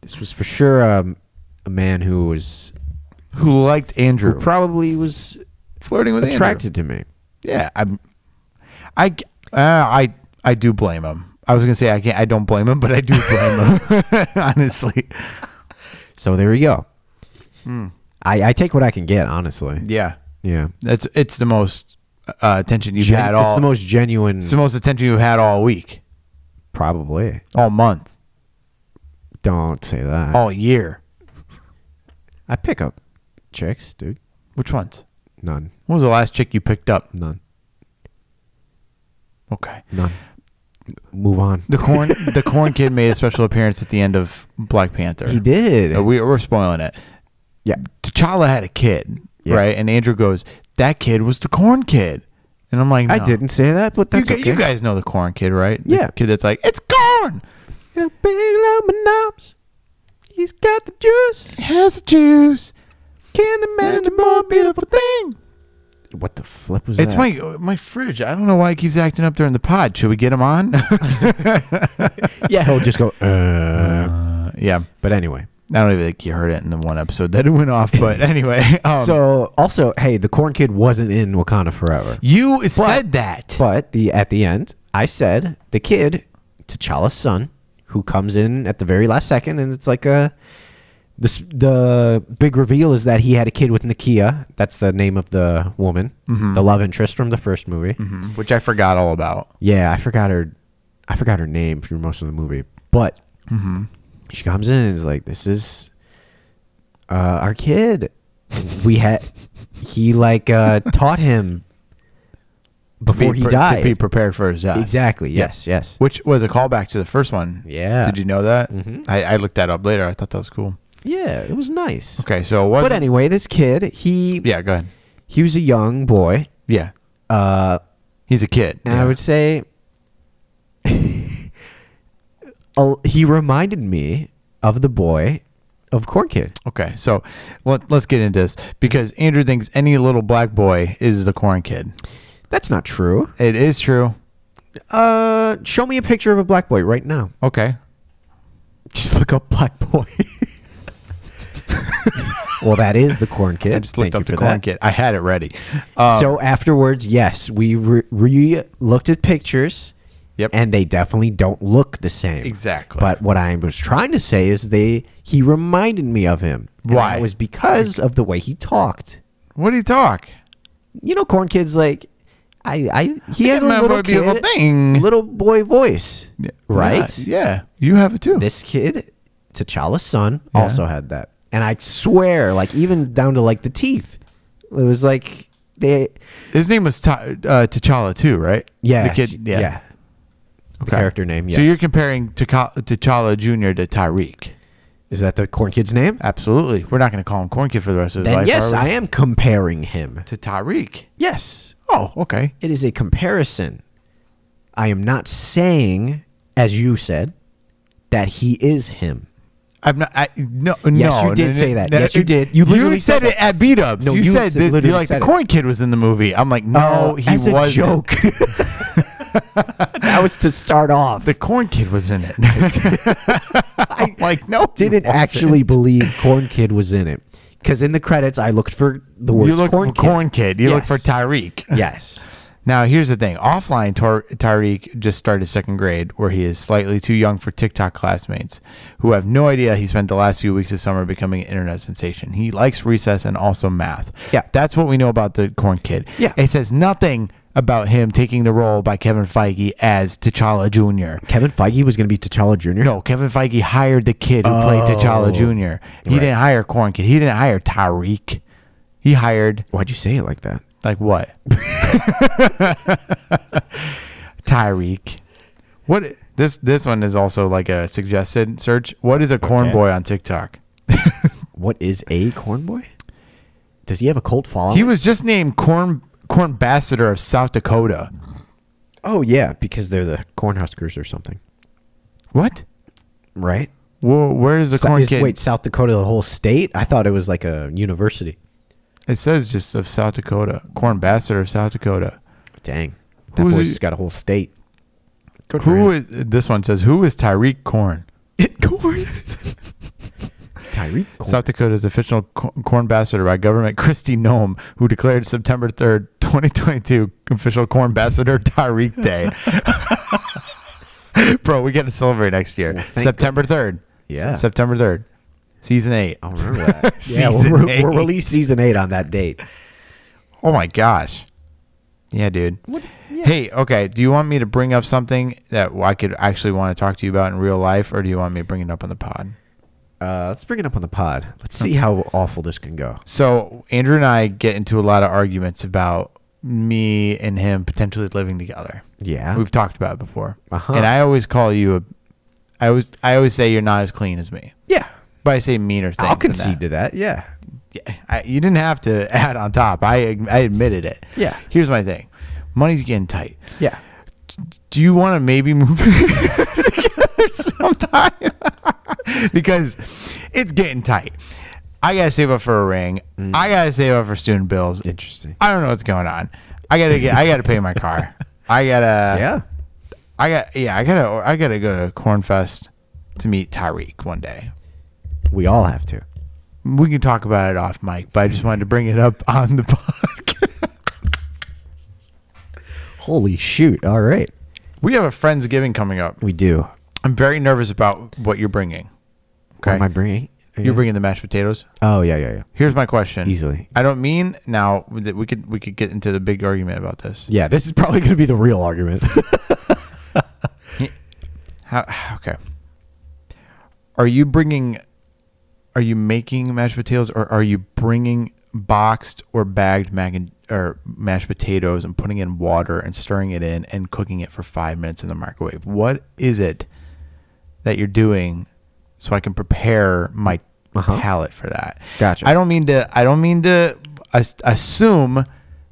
[SPEAKER 1] this was for sure um, a man who was
[SPEAKER 4] Who liked Andrew?
[SPEAKER 1] who probably was
[SPEAKER 4] flirting with
[SPEAKER 1] attracted to me.
[SPEAKER 4] Andrew. Yeah, I'm. I uh, I I do blame him. I was gonna say I can't. I don't blame him, but I do blame him. (laughs) honestly,
[SPEAKER 1] So there we go. Hmm. I, I take what I can get, honestly.
[SPEAKER 4] yeah.
[SPEAKER 1] Yeah.
[SPEAKER 4] That's it's the most uh, attention you've
[SPEAKER 1] Gen-
[SPEAKER 4] had all.
[SPEAKER 1] It's the most genuine,
[SPEAKER 4] it's the most attention you've had all week,
[SPEAKER 1] probably.
[SPEAKER 4] all month,
[SPEAKER 1] Don't say that.
[SPEAKER 4] all year.
[SPEAKER 1] I pick up chicks, dude.
[SPEAKER 4] Which ones?
[SPEAKER 1] None,
[SPEAKER 4] When was the last chick you picked up?
[SPEAKER 1] none,
[SPEAKER 4] Okay.
[SPEAKER 1] none. Move on. (laughs)
[SPEAKER 4] The corn the corn kid made a special appearance at the end of Black Panther.
[SPEAKER 1] He did.
[SPEAKER 4] Uh, we, we're spoiling it.
[SPEAKER 1] Yeah.
[SPEAKER 4] T'Challa had a kid,
[SPEAKER 1] Yeah.
[SPEAKER 4] right? And Andrew goes, "That kid was the corn kid," and I'm like,
[SPEAKER 1] I
[SPEAKER 4] "No."
[SPEAKER 1] didn't say that, but
[SPEAKER 4] You,
[SPEAKER 1] that's
[SPEAKER 4] gu-
[SPEAKER 1] okay.
[SPEAKER 4] you guys know the corn kid, right? The
[SPEAKER 1] Yeah.
[SPEAKER 4] kid that's like, "It's corn."
[SPEAKER 1] Yeah, big lemon knobs. He's got the juice.
[SPEAKER 4] It has the juice.
[SPEAKER 1] Can't
[SPEAKER 4] And
[SPEAKER 1] imagine.
[SPEAKER 4] the more beautiful thing.
[SPEAKER 1] What the flip was
[SPEAKER 4] It's
[SPEAKER 1] that?
[SPEAKER 4] my uh, my fridge. I don't know why it keeps acting up during the pod. Should we get him
[SPEAKER 1] (laughs)
[SPEAKER 4] on?
[SPEAKER 1] yeah, he'll just go. Uh.
[SPEAKER 4] uh, yeah.
[SPEAKER 1] But anyway.
[SPEAKER 4] I don't even think you heard it in the one episode that it went off,
[SPEAKER 1] (laughs)
[SPEAKER 4] but anyway. (laughs) Um,
[SPEAKER 1] so also, hey, the corn kid wasn't in Wakanda Forever.
[SPEAKER 4] you said that.
[SPEAKER 1] But the at the end, I said the kid, T'Challa's son, who comes in at the very last second, and it's like a The s- the big reveal is that he had a kid with Nakia. That's the name of the woman, the love interest from the first movie.
[SPEAKER 4] Mm-hmm. which I forgot all about.
[SPEAKER 1] Yeah, I forgot her. I forgot her name for most of the movie, but
[SPEAKER 4] Mm-hmm.
[SPEAKER 1] she comes in and is like, "This is uh, our kid. We had he like uh, taught him before
[SPEAKER 4] be
[SPEAKER 1] he
[SPEAKER 4] pre-
[SPEAKER 1] died.
[SPEAKER 4] to be prepared for his death.
[SPEAKER 1] exactly. Yes. Yes.
[SPEAKER 4] Which was a callback to the first one.
[SPEAKER 1] Yeah.
[SPEAKER 4] Did you know that?
[SPEAKER 1] Mhm.
[SPEAKER 4] I, I looked that up later. I thought that was cool.
[SPEAKER 1] Yeah. It was nice.
[SPEAKER 4] Okay, so it
[SPEAKER 1] But
[SPEAKER 4] wasn't.
[SPEAKER 1] anyway, this kid he
[SPEAKER 4] yeah, go ahead.
[SPEAKER 1] he was a young boy.
[SPEAKER 4] Yeah,
[SPEAKER 1] Uh,
[SPEAKER 4] he's a kid.
[SPEAKER 1] And
[SPEAKER 4] yeah.
[SPEAKER 1] I would say (laughs) Oh, he reminded me of the boy of Corn Kid.
[SPEAKER 4] Okay, so let, let's get into this because Andrew thinks any little black boy is the corn kid.
[SPEAKER 1] That's not true.
[SPEAKER 4] It is true.
[SPEAKER 1] Uh, show me a picture of a black boy right now.
[SPEAKER 4] Okay.
[SPEAKER 1] Just look up black boy. (laughs) well, that is the Corn Kid.
[SPEAKER 4] I just looked
[SPEAKER 1] Thank you
[SPEAKER 4] up the
[SPEAKER 1] for
[SPEAKER 4] corn
[SPEAKER 1] that.
[SPEAKER 4] kid. I had it ready. Uh,
[SPEAKER 1] so afterwards, yes, we re- re- looked at pictures.
[SPEAKER 4] Yep.
[SPEAKER 1] And they definitely don't look the same.
[SPEAKER 4] Exactly.
[SPEAKER 1] But what I was trying to say is they he reminded me of him. And
[SPEAKER 4] Why?
[SPEAKER 1] That was because of the way he talked.
[SPEAKER 4] what do you talk?
[SPEAKER 1] You know, corn kids like I I he
[SPEAKER 4] I
[SPEAKER 1] has a
[SPEAKER 4] can remember
[SPEAKER 1] little
[SPEAKER 4] a beautiful
[SPEAKER 1] kid,
[SPEAKER 4] thing.
[SPEAKER 1] little boy voice. Right?
[SPEAKER 4] Yeah, yeah. you have it too.
[SPEAKER 1] This kid, T'Challa's son, also had that. And I swear, like even down to like the teeth. It was like they
[SPEAKER 4] His name was Ta- uh, T'Challa too, right?
[SPEAKER 1] yeah,
[SPEAKER 4] The kid. Yeah.
[SPEAKER 1] The character name,
[SPEAKER 4] So
[SPEAKER 1] yes.
[SPEAKER 4] you're comparing T'Ca- T'Challa Jr. to Tyreek.
[SPEAKER 1] Is that the corn kid's name?
[SPEAKER 4] Absolutely. We're not going to call him corn kid for the rest of his
[SPEAKER 1] Then
[SPEAKER 4] life.
[SPEAKER 1] yes,
[SPEAKER 4] are we?
[SPEAKER 1] I am comparing him.
[SPEAKER 4] To Tyreek.
[SPEAKER 1] Yes.
[SPEAKER 4] Oh, okay.
[SPEAKER 1] It is a comparison. I am not saying, as you said, that he is him.
[SPEAKER 4] I'm not. I, no,
[SPEAKER 1] Yes,
[SPEAKER 4] no,
[SPEAKER 1] you
[SPEAKER 4] no,
[SPEAKER 1] did
[SPEAKER 4] no,
[SPEAKER 1] say that.
[SPEAKER 4] no,
[SPEAKER 1] Yes, you did. You literally
[SPEAKER 4] said
[SPEAKER 1] said
[SPEAKER 4] it at beat ups.
[SPEAKER 1] No,
[SPEAKER 4] you,
[SPEAKER 1] you said-
[SPEAKER 4] said that, you're
[SPEAKER 1] literally
[SPEAKER 4] like the
[SPEAKER 1] said it.
[SPEAKER 4] corn kid was in the movie. I'm like, no,
[SPEAKER 1] Oh,
[SPEAKER 4] he
[SPEAKER 1] as a
[SPEAKER 4] was (laughs)
[SPEAKER 1] joke. (laughs) that was to start off.
[SPEAKER 4] The corn kid was in it. (laughs) I'm like, no, he
[SPEAKER 1] didn't
[SPEAKER 4] wasn't.
[SPEAKER 1] actually believe Corn Kid was in it. Because in the credits, I looked for the word
[SPEAKER 4] You look
[SPEAKER 1] corn
[SPEAKER 4] for corn kid. You look
[SPEAKER 1] Yes.
[SPEAKER 4] for Tyreek.
[SPEAKER 1] Yes.
[SPEAKER 4] Now, here's the thing. Offline, Tar- Tyreek just started second grade, where he is slightly too young for TikTok classmates who have no idea he spent the last few weeks of summer becoming an internet sensation. He likes recess and also math.
[SPEAKER 1] Yeah.
[SPEAKER 4] That's what we know about the corn kid.
[SPEAKER 1] Yeah.
[SPEAKER 4] It says nothing about him taking the role by Kevin Feige as T'Challa Jr.
[SPEAKER 1] Kevin Feige was going to be T'Challa Jr.
[SPEAKER 4] No, Kevin Feige hired the kid who played
[SPEAKER 1] Oh.
[SPEAKER 4] T'Challa Jr. He didn't hire Corn Kid. He didn't hire Tyreek. He hired
[SPEAKER 1] Why'd you say it like that?
[SPEAKER 4] like what? (laughs) Tyreek. What this this one is also like a suggested search. What is a corn
[SPEAKER 1] Okay.
[SPEAKER 4] boy on TikTok?
[SPEAKER 1] What is a corn boy? Does he have a cult following?
[SPEAKER 4] He was just named corn corn ambassador of South Dakota.
[SPEAKER 1] oh, yeah, because they're the Cornhuskers or something.
[SPEAKER 4] What?
[SPEAKER 1] Right?
[SPEAKER 4] Whoa, where is the
[SPEAKER 1] So-
[SPEAKER 4] corn
[SPEAKER 1] is-
[SPEAKER 4] kid?
[SPEAKER 1] Wait, South Dakota, the whole state? I thought it was like a university.
[SPEAKER 4] It says just of South Dakota. Corn ambassador of South Dakota.
[SPEAKER 1] Dang. That
[SPEAKER 4] Who is
[SPEAKER 1] boy's
[SPEAKER 4] he-
[SPEAKER 1] got a whole state. Good
[SPEAKER 4] Who is this one says who is Tyreek Corn?
[SPEAKER 1] corn? Tyreek corn.
[SPEAKER 4] South Dakota's official cor- corn ambassador by government (laughs) Christy Nome, who declared September 3rd, 2022, official corn ambassador Tyreek Day. (laughs) Bro, we got to celebrate next year.
[SPEAKER 1] thank
[SPEAKER 4] September 3rd.
[SPEAKER 1] Yeah. Oh.
[SPEAKER 4] S- September 3rd. Season 8.
[SPEAKER 1] I remember
[SPEAKER 4] (laughs)
[SPEAKER 1] that. yeah,
[SPEAKER 4] Season
[SPEAKER 1] we're,
[SPEAKER 4] eight.
[SPEAKER 1] we're released season eight on that date.
[SPEAKER 4] Oh my gosh. Yeah, dude. Hey, okay. Do you want me to bring up something that I could actually want to talk to you about in real life, or do you want me to bring it up on the pod?
[SPEAKER 1] Uh, let's bring it up on the pod. Let's see how awful this can go.
[SPEAKER 4] So Andrew and I get into a lot of arguments about me and him potentially living together.
[SPEAKER 1] Yeah.
[SPEAKER 4] we've talked about it before,
[SPEAKER 1] Uh-huh.
[SPEAKER 4] and I always call you a. I always I always say you're not as clean as me,
[SPEAKER 1] Yeah.
[SPEAKER 4] but I say meaner things.
[SPEAKER 1] I'll
[SPEAKER 4] than that.
[SPEAKER 1] concede to that. Yeah.
[SPEAKER 4] Yeah, I, you didn't have to (laughs) add on top. I I admitted it.
[SPEAKER 1] Yeah.
[SPEAKER 4] Here's my thing, money's getting tight.
[SPEAKER 1] Yeah.
[SPEAKER 4] Do you want to maybe move (laughs) together sometime? (laughs) because it's getting tight. I gotta save up for a ring.
[SPEAKER 1] Mm.
[SPEAKER 4] I gotta save up for student bills.
[SPEAKER 1] Interesting.
[SPEAKER 4] I don't know what's going on. I gotta get. I gotta pay my car. I
[SPEAKER 1] (laughs)
[SPEAKER 4] gotta.
[SPEAKER 1] yeah.
[SPEAKER 4] I got. Yeah. I gotta. I gotta go to Cornfest to meet Tyreek one day.
[SPEAKER 1] We all have to.
[SPEAKER 4] We can talk about it off mic, but I just wanted to bring it up (laughs) on the podcast.
[SPEAKER 1] Holy shoot. All right.
[SPEAKER 4] We have a friendsgiving coming up.
[SPEAKER 1] We do.
[SPEAKER 4] I'm very nervous about what you're bringing.
[SPEAKER 1] What
[SPEAKER 4] Okay.
[SPEAKER 1] am I bringing?
[SPEAKER 4] You're bringing the mashed potatoes.
[SPEAKER 1] Oh yeah, yeah, yeah.
[SPEAKER 4] Here's my question.
[SPEAKER 1] Easily.
[SPEAKER 4] I don't mean now that we could we could get into the big argument about this.
[SPEAKER 1] Yeah, this is probably going to be the real argument.
[SPEAKER 4] How, (sighs) okay. Are you bringing? Are you making mashed potatoes, or are you bringing boxed or bagged mac and or mashed potatoes and putting in water and stirring it in and cooking it for five minutes in the microwave? What is it that you're doing so I can prepare my
[SPEAKER 1] Uh-huh.
[SPEAKER 4] palate for that?
[SPEAKER 1] Gotcha.
[SPEAKER 4] I don't mean to. I don't mean to as- assume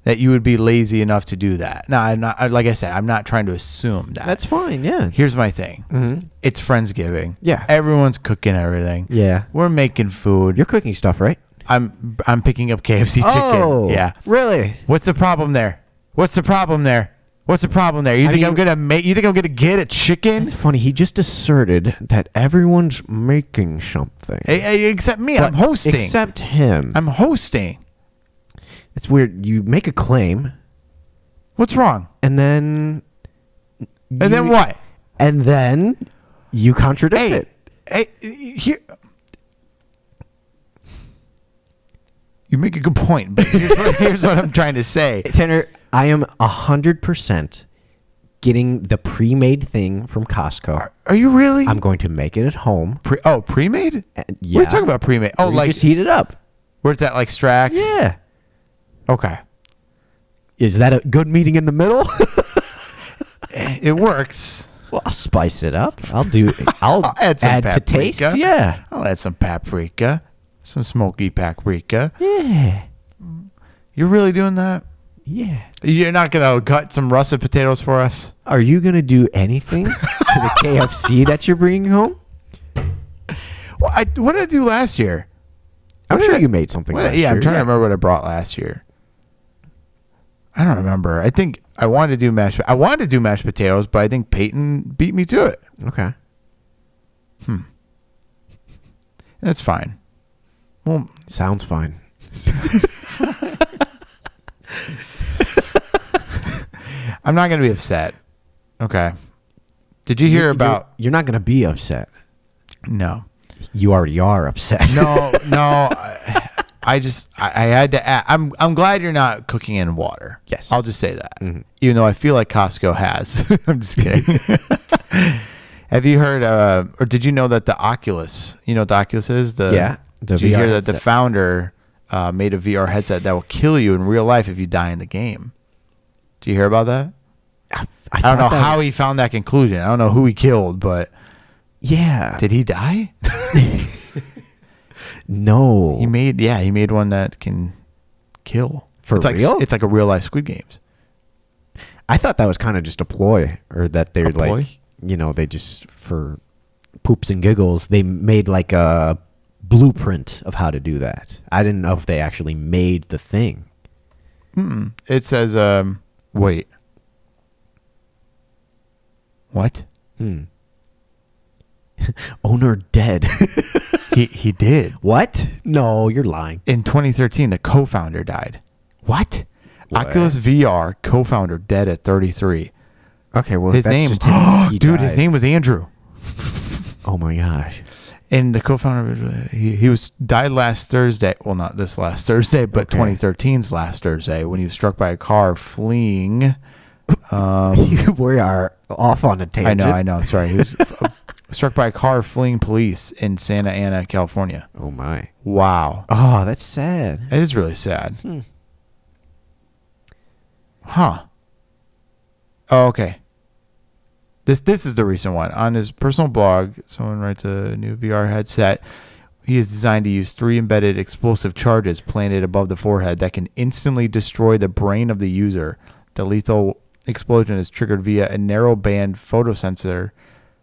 [SPEAKER 4] that you would be lazy enough to do that. No, I'm not. I- Like I said, I'm not trying to assume that.
[SPEAKER 1] (laughs) That's fine. Yeah.
[SPEAKER 4] Here's my thing.
[SPEAKER 1] Mhm.
[SPEAKER 4] It's Friendsgiving.
[SPEAKER 1] Yeah.
[SPEAKER 4] Everyone's cooking everything.
[SPEAKER 1] Yeah.
[SPEAKER 4] We're making food.
[SPEAKER 1] You're cooking stuff, right?
[SPEAKER 4] I'm I'm picking up KFC chicken.
[SPEAKER 1] Oh.
[SPEAKER 4] Yeah.
[SPEAKER 1] Really?
[SPEAKER 4] What's the problem there? What's the problem there? What's the problem there? You
[SPEAKER 1] I
[SPEAKER 4] think
[SPEAKER 1] mean-
[SPEAKER 4] I'm gonna make? You think I'm gonna get a chicken?
[SPEAKER 1] It's funny. He just asserted that everyone's making something.
[SPEAKER 4] Eh, eh, Except me. I'm
[SPEAKER 1] But
[SPEAKER 4] hosting.
[SPEAKER 1] Except him.
[SPEAKER 4] I'm hosting.
[SPEAKER 1] it's weird. You make a claim,
[SPEAKER 4] What's wrong?
[SPEAKER 1] and then.
[SPEAKER 4] And then what?
[SPEAKER 1] And then you contradict
[SPEAKER 4] Hey,
[SPEAKER 1] it.
[SPEAKER 4] hey, here. You make a good point, but here's what, (laughs) here's what I'm trying to say.
[SPEAKER 1] Tanner, I am hundred percent getting the pre-made thing from Costco.
[SPEAKER 4] Are you really?
[SPEAKER 1] I'm going to make it at home.
[SPEAKER 4] Pre- oh, pre-made?
[SPEAKER 1] And-
[SPEAKER 4] What are
[SPEAKER 1] yeah.
[SPEAKER 4] you talking about pre-made? Oh,
[SPEAKER 1] You
[SPEAKER 4] like
[SPEAKER 1] just heat it up.
[SPEAKER 4] where's that? Like Strax?
[SPEAKER 1] Yeah.
[SPEAKER 4] Okay.
[SPEAKER 1] Is that a good meeting in the middle? (laughs)
[SPEAKER 4] Eh, It works.
[SPEAKER 1] well, I'll spice it up. I'll do.
[SPEAKER 4] (laughs)
[SPEAKER 1] I'll,
[SPEAKER 4] I'll
[SPEAKER 1] add,
[SPEAKER 4] some
[SPEAKER 1] to taste.
[SPEAKER 4] paprika.
[SPEAKER 1] Yeah.
[SPEAKER 4] I'll add some paprika, some smoky paprika.
[SPEAKER 1] Yeah.
[SPEAKER 4] You're really doing that?
[SPEAKER 1] Yeah.
[SPEAKER 4] You're not gonna cut some russet potatoes for us?
[SPEAKER 1] Are you gonna do anything to
[SPEAKER 4] (laughs)
[SPEAKER 1] the KFC that you're bringing home?
[SPEAKER 4] Well, I, what did I do last year?
[SPEAKER 1] I'm
[SPEAKER 4] What
[SPEAKER 1] sure
[SPEAKER 4] did I-
[SPEAKER 1] you made something.
[SPEAKER 4] What-
[SPEAKER 1] last
[SPEAKER 4] yeah, I'm
[SPEAKER 1] year.
[SPEAKER 4] trying to remember what I brought last year. I don't remember. I think I wanted to do mashed. I wanted to do mashed potatoes, but I think Peyton beat me to it.
[SPEAKER 1] Okay.
[SPEAKER 4] That's fine. Well,
[SPEAKER 1] Sounds fine.
[SPEAKER 4] I'm not gonna be upset. Okay. Did you hear
[SPEAKER 1] You're-
[SPEAKER 4] about?
[SPEAKER 1] You're not gonna be upset.
[SPEAKER 4] No.
[SPEAKER 1] You already are upset. (laughs)
[SPEAKER 4] No, no. I, I just I, I had to. Add, I'm I'm glad you're not cooking in water.
[SPEAKER 1] Yes. Mm-hmm.
[SPEAKER 4] I'll just say that. Even though I feel like Costco has. (laughs) I'm just kidding.
[SPEAKER 1] (laughs)
[SPEAKER 4] Have you heard, uh, or did you know that the Oculus? You know what the Oculus is the
[SPEAKER 1] Yeah, the
[SPEAKER 4] did you
[SPEAKER 1] VR
[SPEAKER 4] hear that the
[SPEAKER 1] headset.
[SPEAKER 4] founder uh, made a VR headset that will kill you in real life if you die in the game? Do you hear about that?
[SPEAKER 1] I,
[SPEAKER 4] I don't know
[SPEAKER 1] thought that
[SPEAKER 4] how
[SPEAKER 1] was-
[SPEAKER 4] he found that conclusion. I don't know who he killed, but
[SPEAKER 1] Yeah.
[SPEAKER 4] did he die?
[SPEAKER 1] no.
[SPEAKER 4] He made yeah, he made one that can kill.
[SPEAKER 1] For
[SPEAKER 4] it's like,
[SPEAKER 1] real?
[SPEAKER 4] It's like a real life Squid Games.
[SPEAKER 1] I thought that was kind of just a ploy, or that they're
[SPEAKER 4] A
[SPEAKER 1] like,
[SPEAKER 4] ploy?
[SPEAKER 1] you know, they just for poops and giggles they made like a blueprint of how to do that. I didn't know if they actually made the thing.
[SPEAKER 4] It says um wait. What? Hmm.
[SPEAKER 1] (laughs) Owner dead. (laughs)
[SPEAKER 4] he he did.
[SPEAKER 1] what? No, you're lying.
[SPEAKER 4] In 2013, the co-founder died. What? Oculus VR co-founder dead at 33.
[SPEAKER 1] Okay, well,
[SPEAKER 4] His
[SPEAKER 1] that's
[SPEAKER 4] name,
[SPEAKER 1] just (gasps)
[SPEAKER 4] (gasps)
[SPEAKER 1] him. He
[SPEAKER 4] dude. His
[SPEAKER 1] died.
[SPEAKER 4] name was Andrew,
[SPEAKER 1] Oh my gosh. (laughs)
[SPEAKER 4] and the co-founder he, he was died last Thursday. Well, not this last Thursday, but
[SPEAKER 1] Okay.
[SPEAKER 4] 2013's last Thursday when he was struck by a car fleeing.
[SPEAKER 1] we are off on a tangent.
[SPEAKER 4] I know, I know. Sorry, he was f- uh, struck by a car fleeing police in Santa Ana, California.
[SPEAKER 1] Oh my.
[SPEAKER 4] Wow,
[SPEAKER 1] Oh, that's sad.
[SPEAKER 4] it is really sad. Huh? Oh, okay. This this is the recent one on his personal blog. Someone writes a new VR headset. He is designed to use three embedded explosive charges planted above the forehead that can instantly destroy the brain of the user. The lethal explosion is triggered via a narrow band photosensor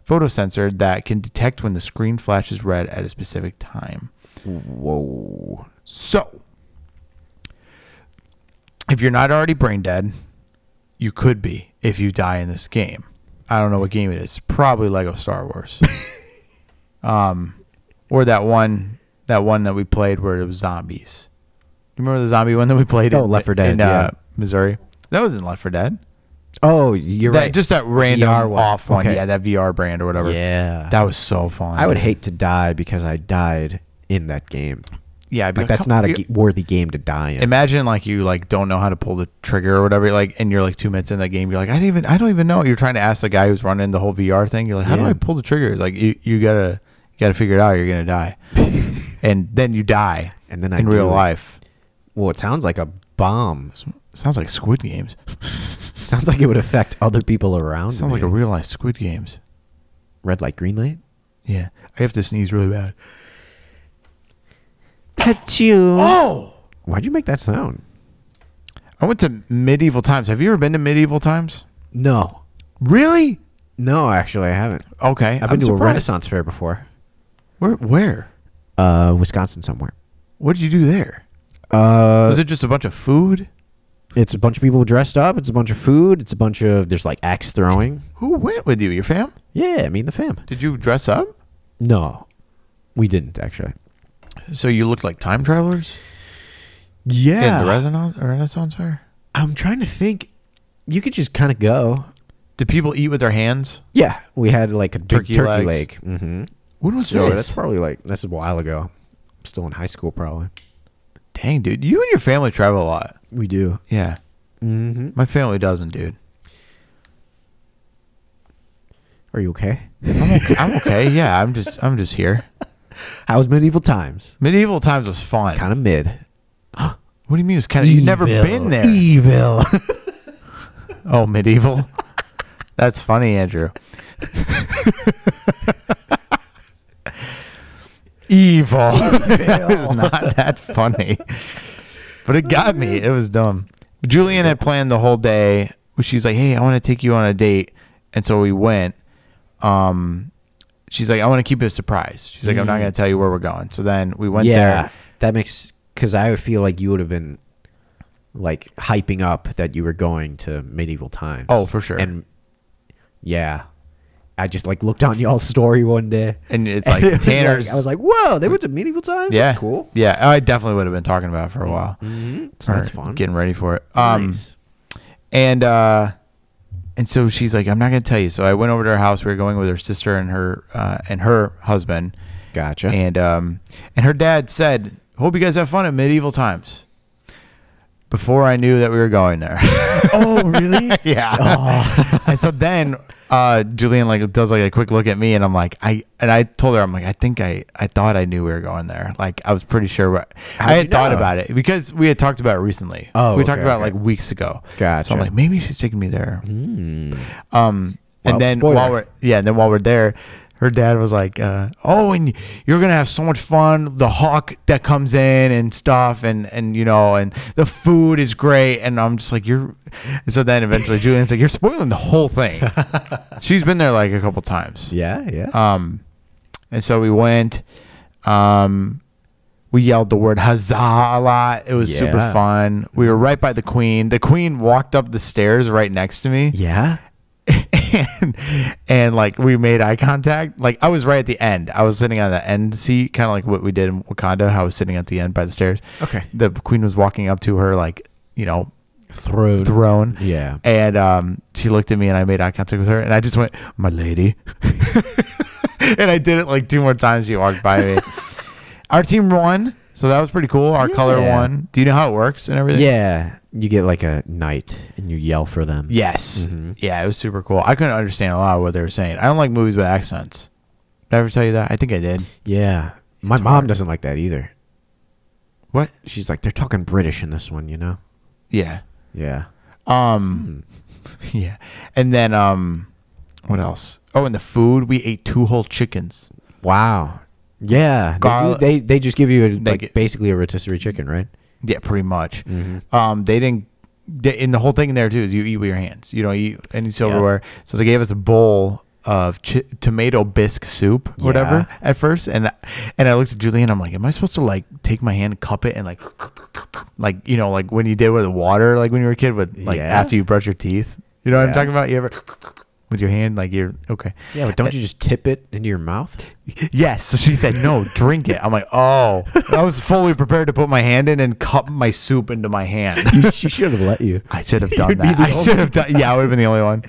[SPEAKER 4] photosensor that can detect when the screen flashes red at a specific time.
[SPEAKER 1] Whoa.
[SPEAKER 4] So, if you're not already brain dead, you could be if you die in this game. I don't know what game it is. Probably Lego
[SPEAKER 1] (laughs)
[SPEAKER 4] Star Wars. um, or that one, that one that we played where it was zombies. You remember the zombie one that we played?
[SPEAKER 1] Oh,
[SPEAKER 4] in,
[SPEAKER 1] Left 4 Dead,
[SPEAKER 4] in,
[SPEAKER 1] yeah.
[SPEAKER 4] uh, Missouri. That was in Left 4 Dead.
[SPEAKER 1] Oh, you're
[SPEAKER 4] That,
[SPEAKER 1] right.
[SPEAKER 4] Just that random
[SPEAKER 1] VR one.
[SPEAKER 4] off one.
[SPEAKER 1] Okay.
[SPEAKER 4] Yeah, that VR brand or whatever.
[SPEAKER 1] yeah.
[SPEAKER 4] That was so fun.
[SPEAKER 1] I would
[SPEAKER 4] dude.
[SPEAKER 1] hate to die because I died in that game.
[SPEAKER 4] Yeah, I'd be
[SPEAKER 1] Like that's
[SPEAKER 4] "Come-
[SPEAKER 1] not a
[SPEAKER 4] you-
[SPEAKER 1] g- worthy game to die in.
[SPEAKER 4] Imagine like you like don't know how to pull the trigger or whatever, like, and you're like two minutes in that game, you're like, I don't even, I don't even know. You're trying to ask the guy who's running the whole VR thing. You're like, how do
[SPEAKER 1] Yeah.
[SPEAKER 4] I pull the trigger? It's like you, you gotta, you gotta figure it out. or You're
[SPEAKER 1] (laughs)
[SPEAKER 4] gonna die, and then you die,
[SPEAKER 1] And then I
[SPEAKER 4] in
[SPEAKER 1] do
[SPEAKER 4] real
[SPEAKER 1] it.
[SPEAKER 4] life,
[SPEAKER 1] Well, it sounds like a bomb. (laughs)
[SPEAKER 4] sounds like Squid Games.
[SPEAKER 1] Sounds like it would affect other people around.
[SPEAKER 4] Sounds like
[SPEAKER 1] me.
[SPEAKER 4] a real life Squid Games.
[SPEAKER 1] red light, green light.
[SPEAKER 4] Yeah, I have to sneeze really bad.
[SPEAKER 1] Achoo.
[SPEAKER 4] Oh,
[SPEAKER 1] (gasps) Why'd you make that sound?
[SPEAKER 4] I went to medieval times. Have you ever been to medieval times?
[SPEAKER 1] No,
[SPEAKER 4] Really?
[SPEAKER 1] no, actually, I haven't.
[SPEAKER 4] Okay,
[SPEAKER 1] I've been
[SPEAKER 4] I'm
[SPEAKER 1] to a
[SPEAKER 4] surprised.
[SPEAKER 1] Renaissance fair before.
[SPEAKER 4] Where? Where?
[SPEAKER 1] Uh, Wisconsin somewhere.
[SPEAKER 4] What did you do there?
[SPEAKER 1] Uh,
[SPEAKER 4] Was it just a bunch of food?
[SPEAKER 1] it's a bunch of people dressed up. It's a bunch of food. It's a bunch of there's like axe throwing.
[SPEAKER 4] (laughs) Who went with you? Your fam?
[SPEAKER 1] Yeah, I mean the fam.
[SPEAKER 4] Did you dress up?
[SPEAKER 1] No, we didn't actually.
[SPEAKER 4] So you looked like time travelers?
[SPEAKER 1] Yeah,
[SPEAKER 4] At the Renaissance, Renaissance Fair?
[SPEAKER 1] I'm trying to think. You could just kind of go.
[SPEAKER 4] Did people eat with their hands?
[SPEAKER 1] Yeah, we had like a big
[SPEAKER 4] Turkey
[SPEAKER 1] turkey,
[SPEAKER 4] legs.
[SPEAKER 1] leg. Mm-hmm.
[SPEAKER 4] When was
[SPEAKER 1] So that's
[SPEAKER 4] this?
[SPEAKER 1] probably like that's a while ago. Still in high school, probably.
[SPEAKER 4] Dang, dude. You and your family travel a lot.
[SPEAKER 1] We do.
[SPEAKER 4] Yeah.
[SPEAKER 1] Mm-hmm.
[SPEAKER 4] My family doesn't, dude.
[SPEAKER 1] Are you okay?
[SPEAKER 4] I'm okay. I'm okay. Yeah, I'm just I'm just here.
[SPEAKER 1] How was medieval times?
[SPEAKER 4] Medieval times was fun.
[SPEAKER 1] Kind of mid.
[SPEAKER 4] what do you mean it's kind of you've never been there?
[SPEAKER 1] Evil.
[SPEAKER 4] (laughs) Oh, medieval. That's funny, Andrew. Evil. (laughs) it was not that funny. But it got me. It was dumb. Julian had planned the whole day. She's like, "Hey, I want to take you on a date," and so we went. Um, she's like, "I want to keep it a surprise." She's like, "I'm not going to tell you where we're going." So then we went
[SPEAKER 1] Mm. yeah,
[SPEAKER 4] there.
[SPEAKER 1] that makes because I would feel like you would have been like hyping up that you were going to medieval times.
[SPEAKER 4] Oh, for sure.
[SPEAKER 1] And yeah, I just like looked on y'all's story one day. (laughs)
[SPEAKER 4] And it's like
[SPEAKER 1] it was
[SPEAKER 4] Tanner's.
[SPEAKER 1] I was like, whoa, they went to medieval times.
[SPEAKER 4] yeah,
[SPEAKER 1] that's cool.
[SPEAKER 4] Yeah, Oh, I definitely would have been talking about it for a while.
[SPEAKER 1] So that's
[SPEAKER 4] or
[SPEAKER 1] fun.
[SPEAKER 4] Getting ready for it. Um,
[SPEAKER 1] Nice.
[SPEAKER 4] and uh, and so she's like, I'm not gonna tell you. So I went over to her house. We were going with her sister and her uh, and her husband.
[SPEAKER 1] Gotcha.
[SPEAKER 4] And um, and her dad said, "Hope you guys have fun at medieval times." Before I knew that we were going there.
[SPEAKER 1] (laughs)
[SPEAKER 4] (laughs)
[SPEAKER 1] oh, really?
[SPEAKER 4] yeah.
[SPEAKER 1] Oh.
[SPEAKER 4] and so then uh, Julian like does like a quick look at me, and I'm like, I and I told her I'm like, I think I I thought I knew we were going there. Like I was pretty sure. What, I
[SPEAKER 1] How'd
[SPEAKER 4] had
[SPEAKER 1] you
[SPEAKER 4] thought
[SPEAKER 1] know?
[SPEAKER 4] about it because we had talked about it recently.
[SPEAKER 1] Oh,
[SPEAKER 4] we talked
[SPEAKER 1] okay,
[SPEAKER 4] about it
[SPEAKER 1] okay.
[SPEAKER 4] like weeks ago. So
[SPEAKER 1] Gotcha.
[SPEAKER 4] I'm like, maybe she's taking me there. Um,
[SPEAKER 1] Well,
[SPEAKER 4] and then
[SPEAKER 1] spoiler.
[SPEAKER 4] while we're yeah, and then while we're there. Her dad was like, uh, "Oh, and you're gonna have so much fun. The hawk that comes in and stuff, and and you know, and the food is great." And I'm just like, "You're." And so then eventually, Julian's like, "You're spoiling the whole thing."
[SPEAKER 1] (laughs)
[SPEAKER 4] She's been there like a couple times.
[SPEAKER 1] yeah, yeah.
[SPEAKER 4] Um, and so we went. Um, we yelled the word huzzah a lot. It was super
[SPEAKER 1] Yeah.
[SPEAKER 4] fun. We were right by the queen. The queen walked up the stairs right next to me,
[SPEAKER 1] yeah.
[SPEAKER 4] (laughs) and and like we made eye contact. Like I was right at the end. I was sitting on the end seat, kind of like what we did in Wakanda. How I was sitting at the end by the stairs.
[SPEAKER 1] Okay.
[SPEAKER 4] The queen was walking up to her, like you know,
[SPEAKER 1] Throne.
[SPEAKER 4] throne.
[SPEAKER 1] Yeah.
[SPEAKER 4] And um, she looked at me and I made eye contact with her and I just went, my lady. (laughs) and I did it like two more times. She walked by
[SPEAKER 1] (laughs)
[SPEAKER 4] me. Our team won. So that was pretty cool. Our color
[SPEAKER 1] Yeah.
[SPEAKER 4] won. Do you know how it works and everything?
[SPEAKER 1] Yeah. You get like a knight and you yell for them.
[SPEAKER 4] Yes. Yeah, it was super cool. I couldn't understand a lot of what they were saying. I don't like movies with accents. Did I ever tell you that? I think I did.
[SPEAKER 1] Yeah. My mom doesn't like that either.
[SPEAKER 4] What?
[SPEAKER 1] She's like, they're talking British in this one, you know?
[SPEAKER 4] Yeah.
[SPEAKER 1] Yeah.
[SPEAKER 4] Um (laughs) Yeah. And then um what else? Oh, and the food. We ate two whole chickens.
[SPEAKER 1] Wow. Yeah.
[SPEAKER 4] Garli-
[SPEAKER 1] they, do, they they just give you a,
[SPEAKER 4] They
[SPEAKER 1] like
[SPEAKER 4] get-
[SPEAKER 1] basically a rotisserie chicken, right?
[SPEAKER 4] Yeah, pretty much.
[SPEAKER 1] Mm-hmm.
[SPEAKER 4] Um, they didn't. They, and the whole thing there too is you eat with your hands. You don't eat any silverware. So they gave us a bowl of chi- tomato bisque soup, whatever,
[SPEAKER 1] Yeah.
[SPEAKER 4] at first. And and I looked at Julian. I'm like, am I supposed to like take my hand, cup it, and like, like you know, like when you did with the water, like when you were a kid, with like
[SPEAKER 1] Yeah.
[SPEAKER 4] after you brush your teeth. You know what I'm
[SPEAKER 1] Yeah.
[SPEAKER 4] talking about? You ever? with your hand, like you're okay.
[SPEAKER 1] Yeah, but don't you just tip it into your mouth?
[SPEAKER 4] (laughs) Yes. So she said, no, drink it. I'm like, oh. I was fully prepared to put my hand in and cup my soup into
[SPEAKER 1] (laughs)
[SPEAKER 4] my hand.
[SPEAKER 1] (laughs) she should have let you. (laughs)
[SPEAKER 4] I should have done that. I should have done. Yeah, I would have been the only one.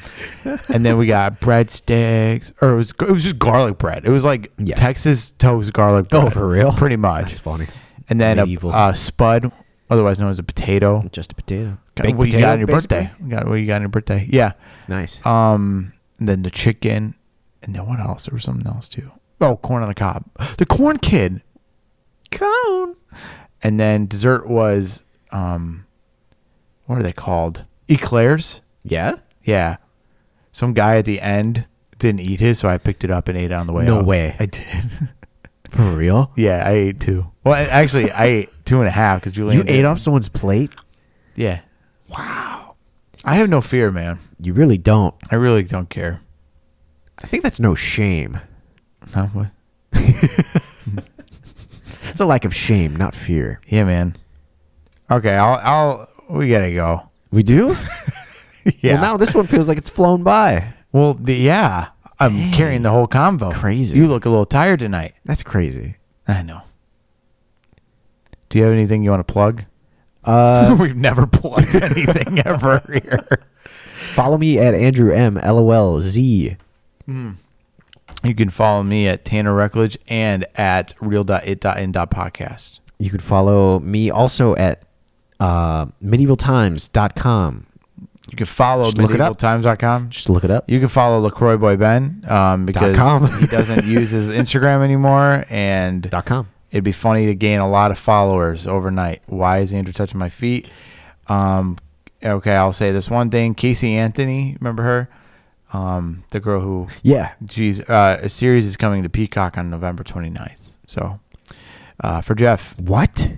[SPEAKER 4] And then we got breadsticks, or it was it was just garlic bread. It was like
[SPEAKER 1] Yeah.
[SPEAKER 4] Texas toast garlic bread.
[SPEAKER 1] Oh, for real?
[SPEAKER 4] Pretty much.
[SPEAKER 1] That's funny.
[SPEAKER 4] And then a,
[SPEAKER 1] Medieval.
[SPEAKER 4] uh spud, otherwise known as a potato.
[SPEAKER 1] Just a potato.
[SPEAKER 4] Got- what you got on your birthday? You Got what you got on your birthday? Yeah.
[SPEAKER 1] Nice.
[SPEAKER 4] Um, and then the chicken, and then what else? There was something else too. Oh, corn on the cob. (gasps) The corn kid.
[SPEAKER 1] Cone.
[SPEAKER 4] And then dessert was um what are they called? Eclairs?
[SPEAKER 1] Yeah.
[SPEAKER 4] Yeah. Some guy at the end didn't eat his, so I picked it up and ate it on the way
[SPEAKER 1] No
[SPEAKER 4] out.
[SPEAKER 1] way.
[SPEAKER 4] I did. (laughs)
[SPEAKER 1] For real?
[SPEAKER 4] yeah, I ate two. Well, I, actually, I ate two and a half because Julian.
[SPEAKER 1] You
[SPEAKER 4] did.
[SPEAKER 1] ate off someone's plate?
[SPEAKER 4] Yeah. Wow. I have no fear, man.
[SPEAKER 1] You really don't.
[SPEAKER 4] I really don't care.
[SPEAKER 1] I think that's no shame.
[SPEAKER 4] No, what?
[SPEAKER 1] It's a lack of shame, not fear.
[SPEAKER 4] Yeah, man. Okay, I'll. I'll. We gotta go.
[SPEAKER 1] We (laughs) do?
[SPEAKER 4] Yeah.
[SPEAKER 1] Well, now this one feels like it's flown by.
[SPEAKER 4] Well, the, yeah. I'm carrying the whole convo.
[SPEAKER 1] Crazy.
[SPEAKER 4] You look a little tired tonight.
[SPEAKER 1] That's crazy.
[SPEAKER 4] I know. Do you have anything you want to plug? Uh, We've never plugged (laughs) anything ever here.
[SPEAKER 1] Follow me at Andrew M. L O L Z.
[SPEAKER 4] You can follow me at Tanner Reckledge and at real.it.in.podcast.
[SPEAKER 1] You could follow me also at uh, medievaltimes.com.
[SPEAKER 4] You can follow
[SPEAKER 1] Just look it up.
[SPEAKER 4] medievaltimes.com.
[SPEAKER 1] Just look it up.
[SPEAKER 4] You can follow LaCroix Boy Ben um, because
[SPEAKER 1] com.
[SPEAKER 4] he doesn't use his Instagram anymore. And
[SPEAKER 1] Dot com.
[SPEAKER 4] It'd be funny to gain a lot of followers overnight. Why is Andrew touching my feet? Um, okay, I'll say this one thing. Casey Anthony, remember her? Um, the girl who,
[SPEAKER 1] Yeah.
[SPEAKER 4] she's uh, a series is coming to Peacock on November 29th. So, uh, for Jeff,
[SPEAKER 1] What?